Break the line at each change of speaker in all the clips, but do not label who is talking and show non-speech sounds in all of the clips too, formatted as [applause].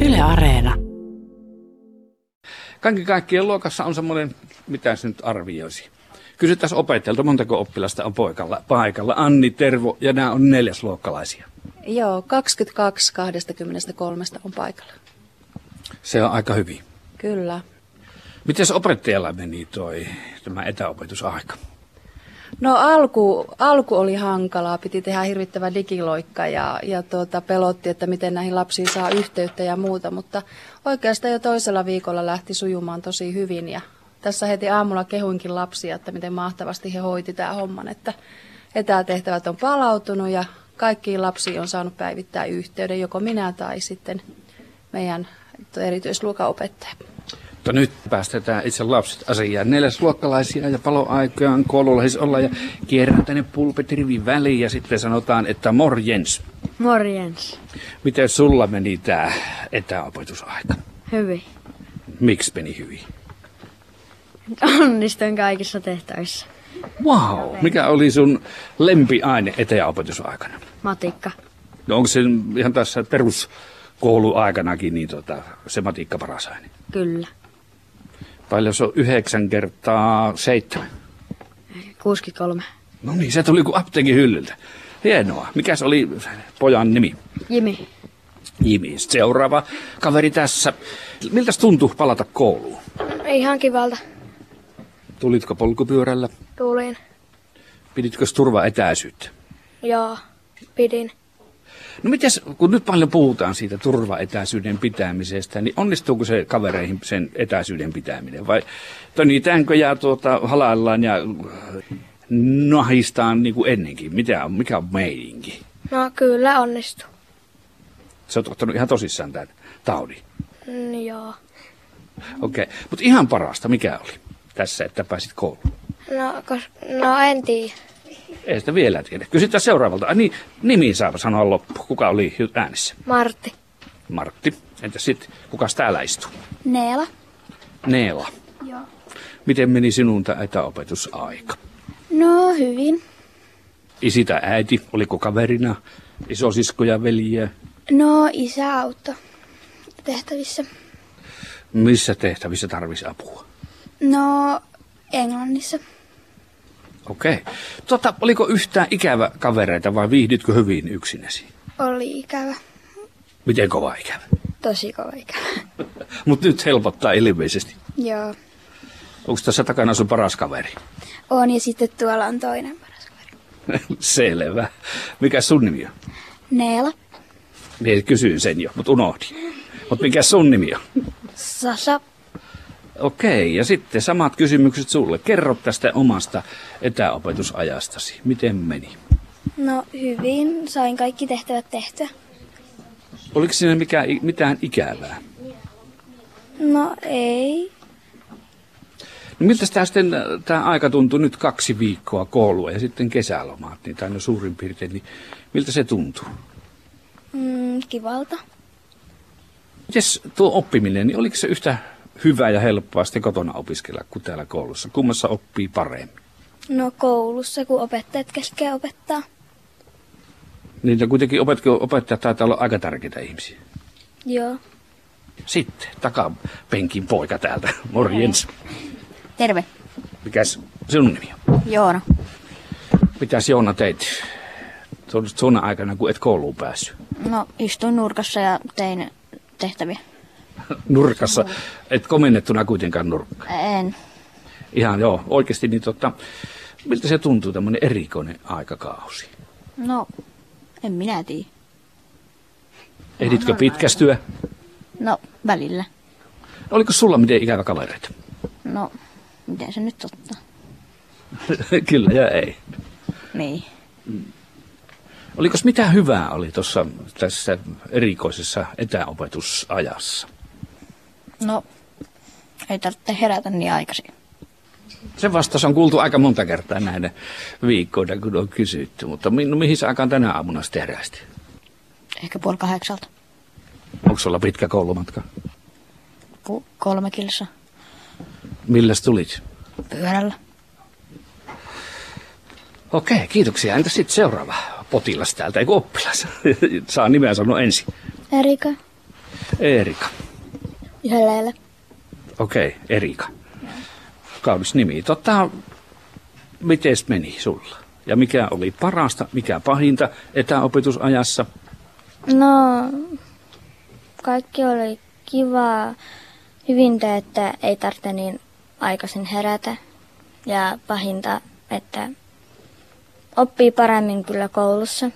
Yle Areena.
Kaikki kaikkien luokassa on semmoinen, mitä se nyt arvioisi. Kysyttäisiin opettajalta, montako oppilasta on poikalla, paikalla. Anni, Tervo ja nämä on neljäsluokkalaisia.
Joo, 22 23 on paikalla.
Se on aika hyvin.
Kyllä.
Miten opettajalla meni toi, tämä etäopetusaika?
No alku, alku oli hankalaa, piti tehdä hirvittävä digiloikka ja, ja tuota, pelotti, että miten näihin lapsiin saa yhteyttä ja muuta, mutta oikeastaan jo toisella viikolla lähti sujumaan tosi hyvin ja tässä heti aamulla kehuinkin lapsia, että miten mahtavasti he hoiti tämän homman, että etätehtävät on palautunut ja kaikkiin lapsiin on saanut päivittää yhteyden, joko minä tai sitten meidän erityisluokan opettaja.
Mutta No nyt päästetään itse lapset asiaan. Neljäsluokkalaisia ja paloaikaan koululla siis ollaan ja kierrän tänne pulpet rivin väliin ja sitten sanotaan, että morjens.
Morjens.
Miten sulla meni tämä etäopetusaika?
Hyvin.
Miksi meni hyvin?
Onnistuin kaikissa tehtävissä.
Wow, mikä oli sun lempiaine etäopetusaikana?
Matikka.
No onko se ihan tässä peruskouluaikanakin niin tota, se matikka paras aine?
Kyllä.
Paljon se on yhdeksän kertaa seitsemän.
63.
No niin, se tuli kuin apteekin hyllyltä. Hienoa. Mikäs oli pojan nimi?
Jimi.
Jimi. Seuraava kaveri tässä. Miltä tuntuu palata kouluun?
Ihan kivalta.
Tulitko polkupyörällä?
Tulin.
Piditkö turvaetäisyyttä?
Joo, pidin.
No mitäs, kun nyt paljon puhutaan siitä turvaetäisyyden pitämisestä, niin onnistuuko se kavereihin sen etäisyyden pitäminen? Vai tönitäänkö ja tuota, halaillaan ja nahistaan niin kuin ennenkin? Mitä on, mikä on meininki?
No kyllä onnistu.
Se on ottanut ihan tosissaan tämän taudin.
Mm, joo.
Okei, okay. mutta ihan parasta mikä oli tässä, että pääsit kouluun?
No, kos, no en tiedä.
Ei sitä vielä tiedä. Kysytään seuraavalta. Ai niin, nimi saa sanoa loppu. Kuka oli äänessä?
Martti.
Martti. Entä sitten, kuka täällä istuu?
Neela.
Neela.
Joo.
Miten meni sinun tämä etäopetusaika?
No hyvin.
Isi tai äiti, oliko kaverina, isosiskoja, veljiä?
No isä auttoi tehtävissä.
Missä tehtävissä tarvisi apua?
No Englannissa.
Okei. Okay. Tota, oliko yhtään ikävä kavereita vai viihdytkö hyvin yksinäsi?
Oli ikävä.
Miten kova ikävä?
Tosi kova ikävä. [laughs]
Mutta nyt helpottaa ilmeisesti.
Joo.
Onko tässä takana sun paras kaveri? [laughs]
On ja sitten tuolla on toinen paras kaveri.
Selvä. Mikä sun nimi on?
Neela.
Mie kysyin sen jo, mutta unohdin. Mutta mikä sun nimi on?
Sasa.
Okei, ja sitten samat kysymykset sulle. Kerro tästä omasta etäopetusajastasi. Miten meni?
No hyvin, sain kaikki tehtävät tehtyä.
Oliko siinä mikä, mitään ikävää?
No ei.
No miltä tämä sitten tämä aika tuntui nyt kaksi viikkoa koulua ja sitten kesälomaat, niin tai no suurin piirtein, niin miltä se tuntuu?
Mm, kivalta.
Mites tuo oppiminen, niin oliko se yhtä hyvää ja helppoa sitten kotona opiskella kuin täällä koulussa? Kummassa oppii paremmin?
No koulussa, kun opettajat käskee opettaa.
Niin, ja kuitenkin opettajat, opettajat taitaa olla aika tärkeitä ihmisiä.
Joo.
Sitten takapenkin poika täältä. Morjens.
Terve.
Mikäs sinun nimi on?
Joona.
Mitäs Joona teit tuona aikana, kun et kouluun päässyt?
No, istuin nurkassa ja tein tehtäviä
nurkassa. Et komennettuna kuitenkaan nurkka.
En.
Ihan joo, oikeasti niin tota, miltä se tuntuu tämmöinen erikoinen aikakausi?
No, en minä tiedä.
Ehditkö pitkästyä?
No, välillä.
Oliko sulla miten ikävä kavereita?
No, miten se nyt ottaa?
[laughs] Kyllä ja ei.
Niin.
Oliko mitä hyvää oli tuossa tässä erikoisessa etäopetusajassa?
No, ei tarvitse herätä niin aikaisin.
Se vastaus on kuultu aika monta kertaa näinä viikkoina, kun on kysytty, mutta mi- no, mihin sä aikaan tänä aamuna sitten herästi?
Ehkä puoli kahdeksalta.
Onko sulla pitkä koulumatka?
Ku- kolme kilsa.
Milläs tulit?
Pyörällä.
Okei, kiitoksia. Entä sitten [laughs] seuraava potilas täältä, eikö oppilas? Saa nimeä sanoa ensin.
Erika.
Erika.
Yhdellä lailla.
Okei, okay, Erika. Kaunis nimi. Totta, miten meni sulla? Ja mikä oli parasta, mikä pahinta etäopetusajassa?
No, kaikki oli kivaa. Hyvintä, että ei tarvitse niin aikaisin herätä. Ja pahinta, että oppii paremmin kyllä koulussa.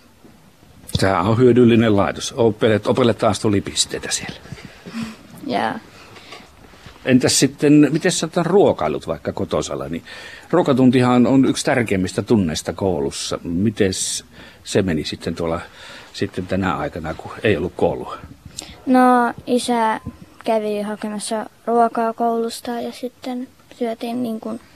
Tämä on hyödyllinen laitos. Opelle, opelle taas tuli pisteitä siellä.
Ja
Entäs sitten, miten sä oot ruokailut vaikka kotosalla? Niin ruokatuntihan on yksi tärkeimmistä tunneista koulussa. Miten se meni sitten tuolla sitten tänä aikana, kun ei ollut koulua?
no, isä kävi hakemassa ruokaa koulusta ja sitten syötiin niin kuin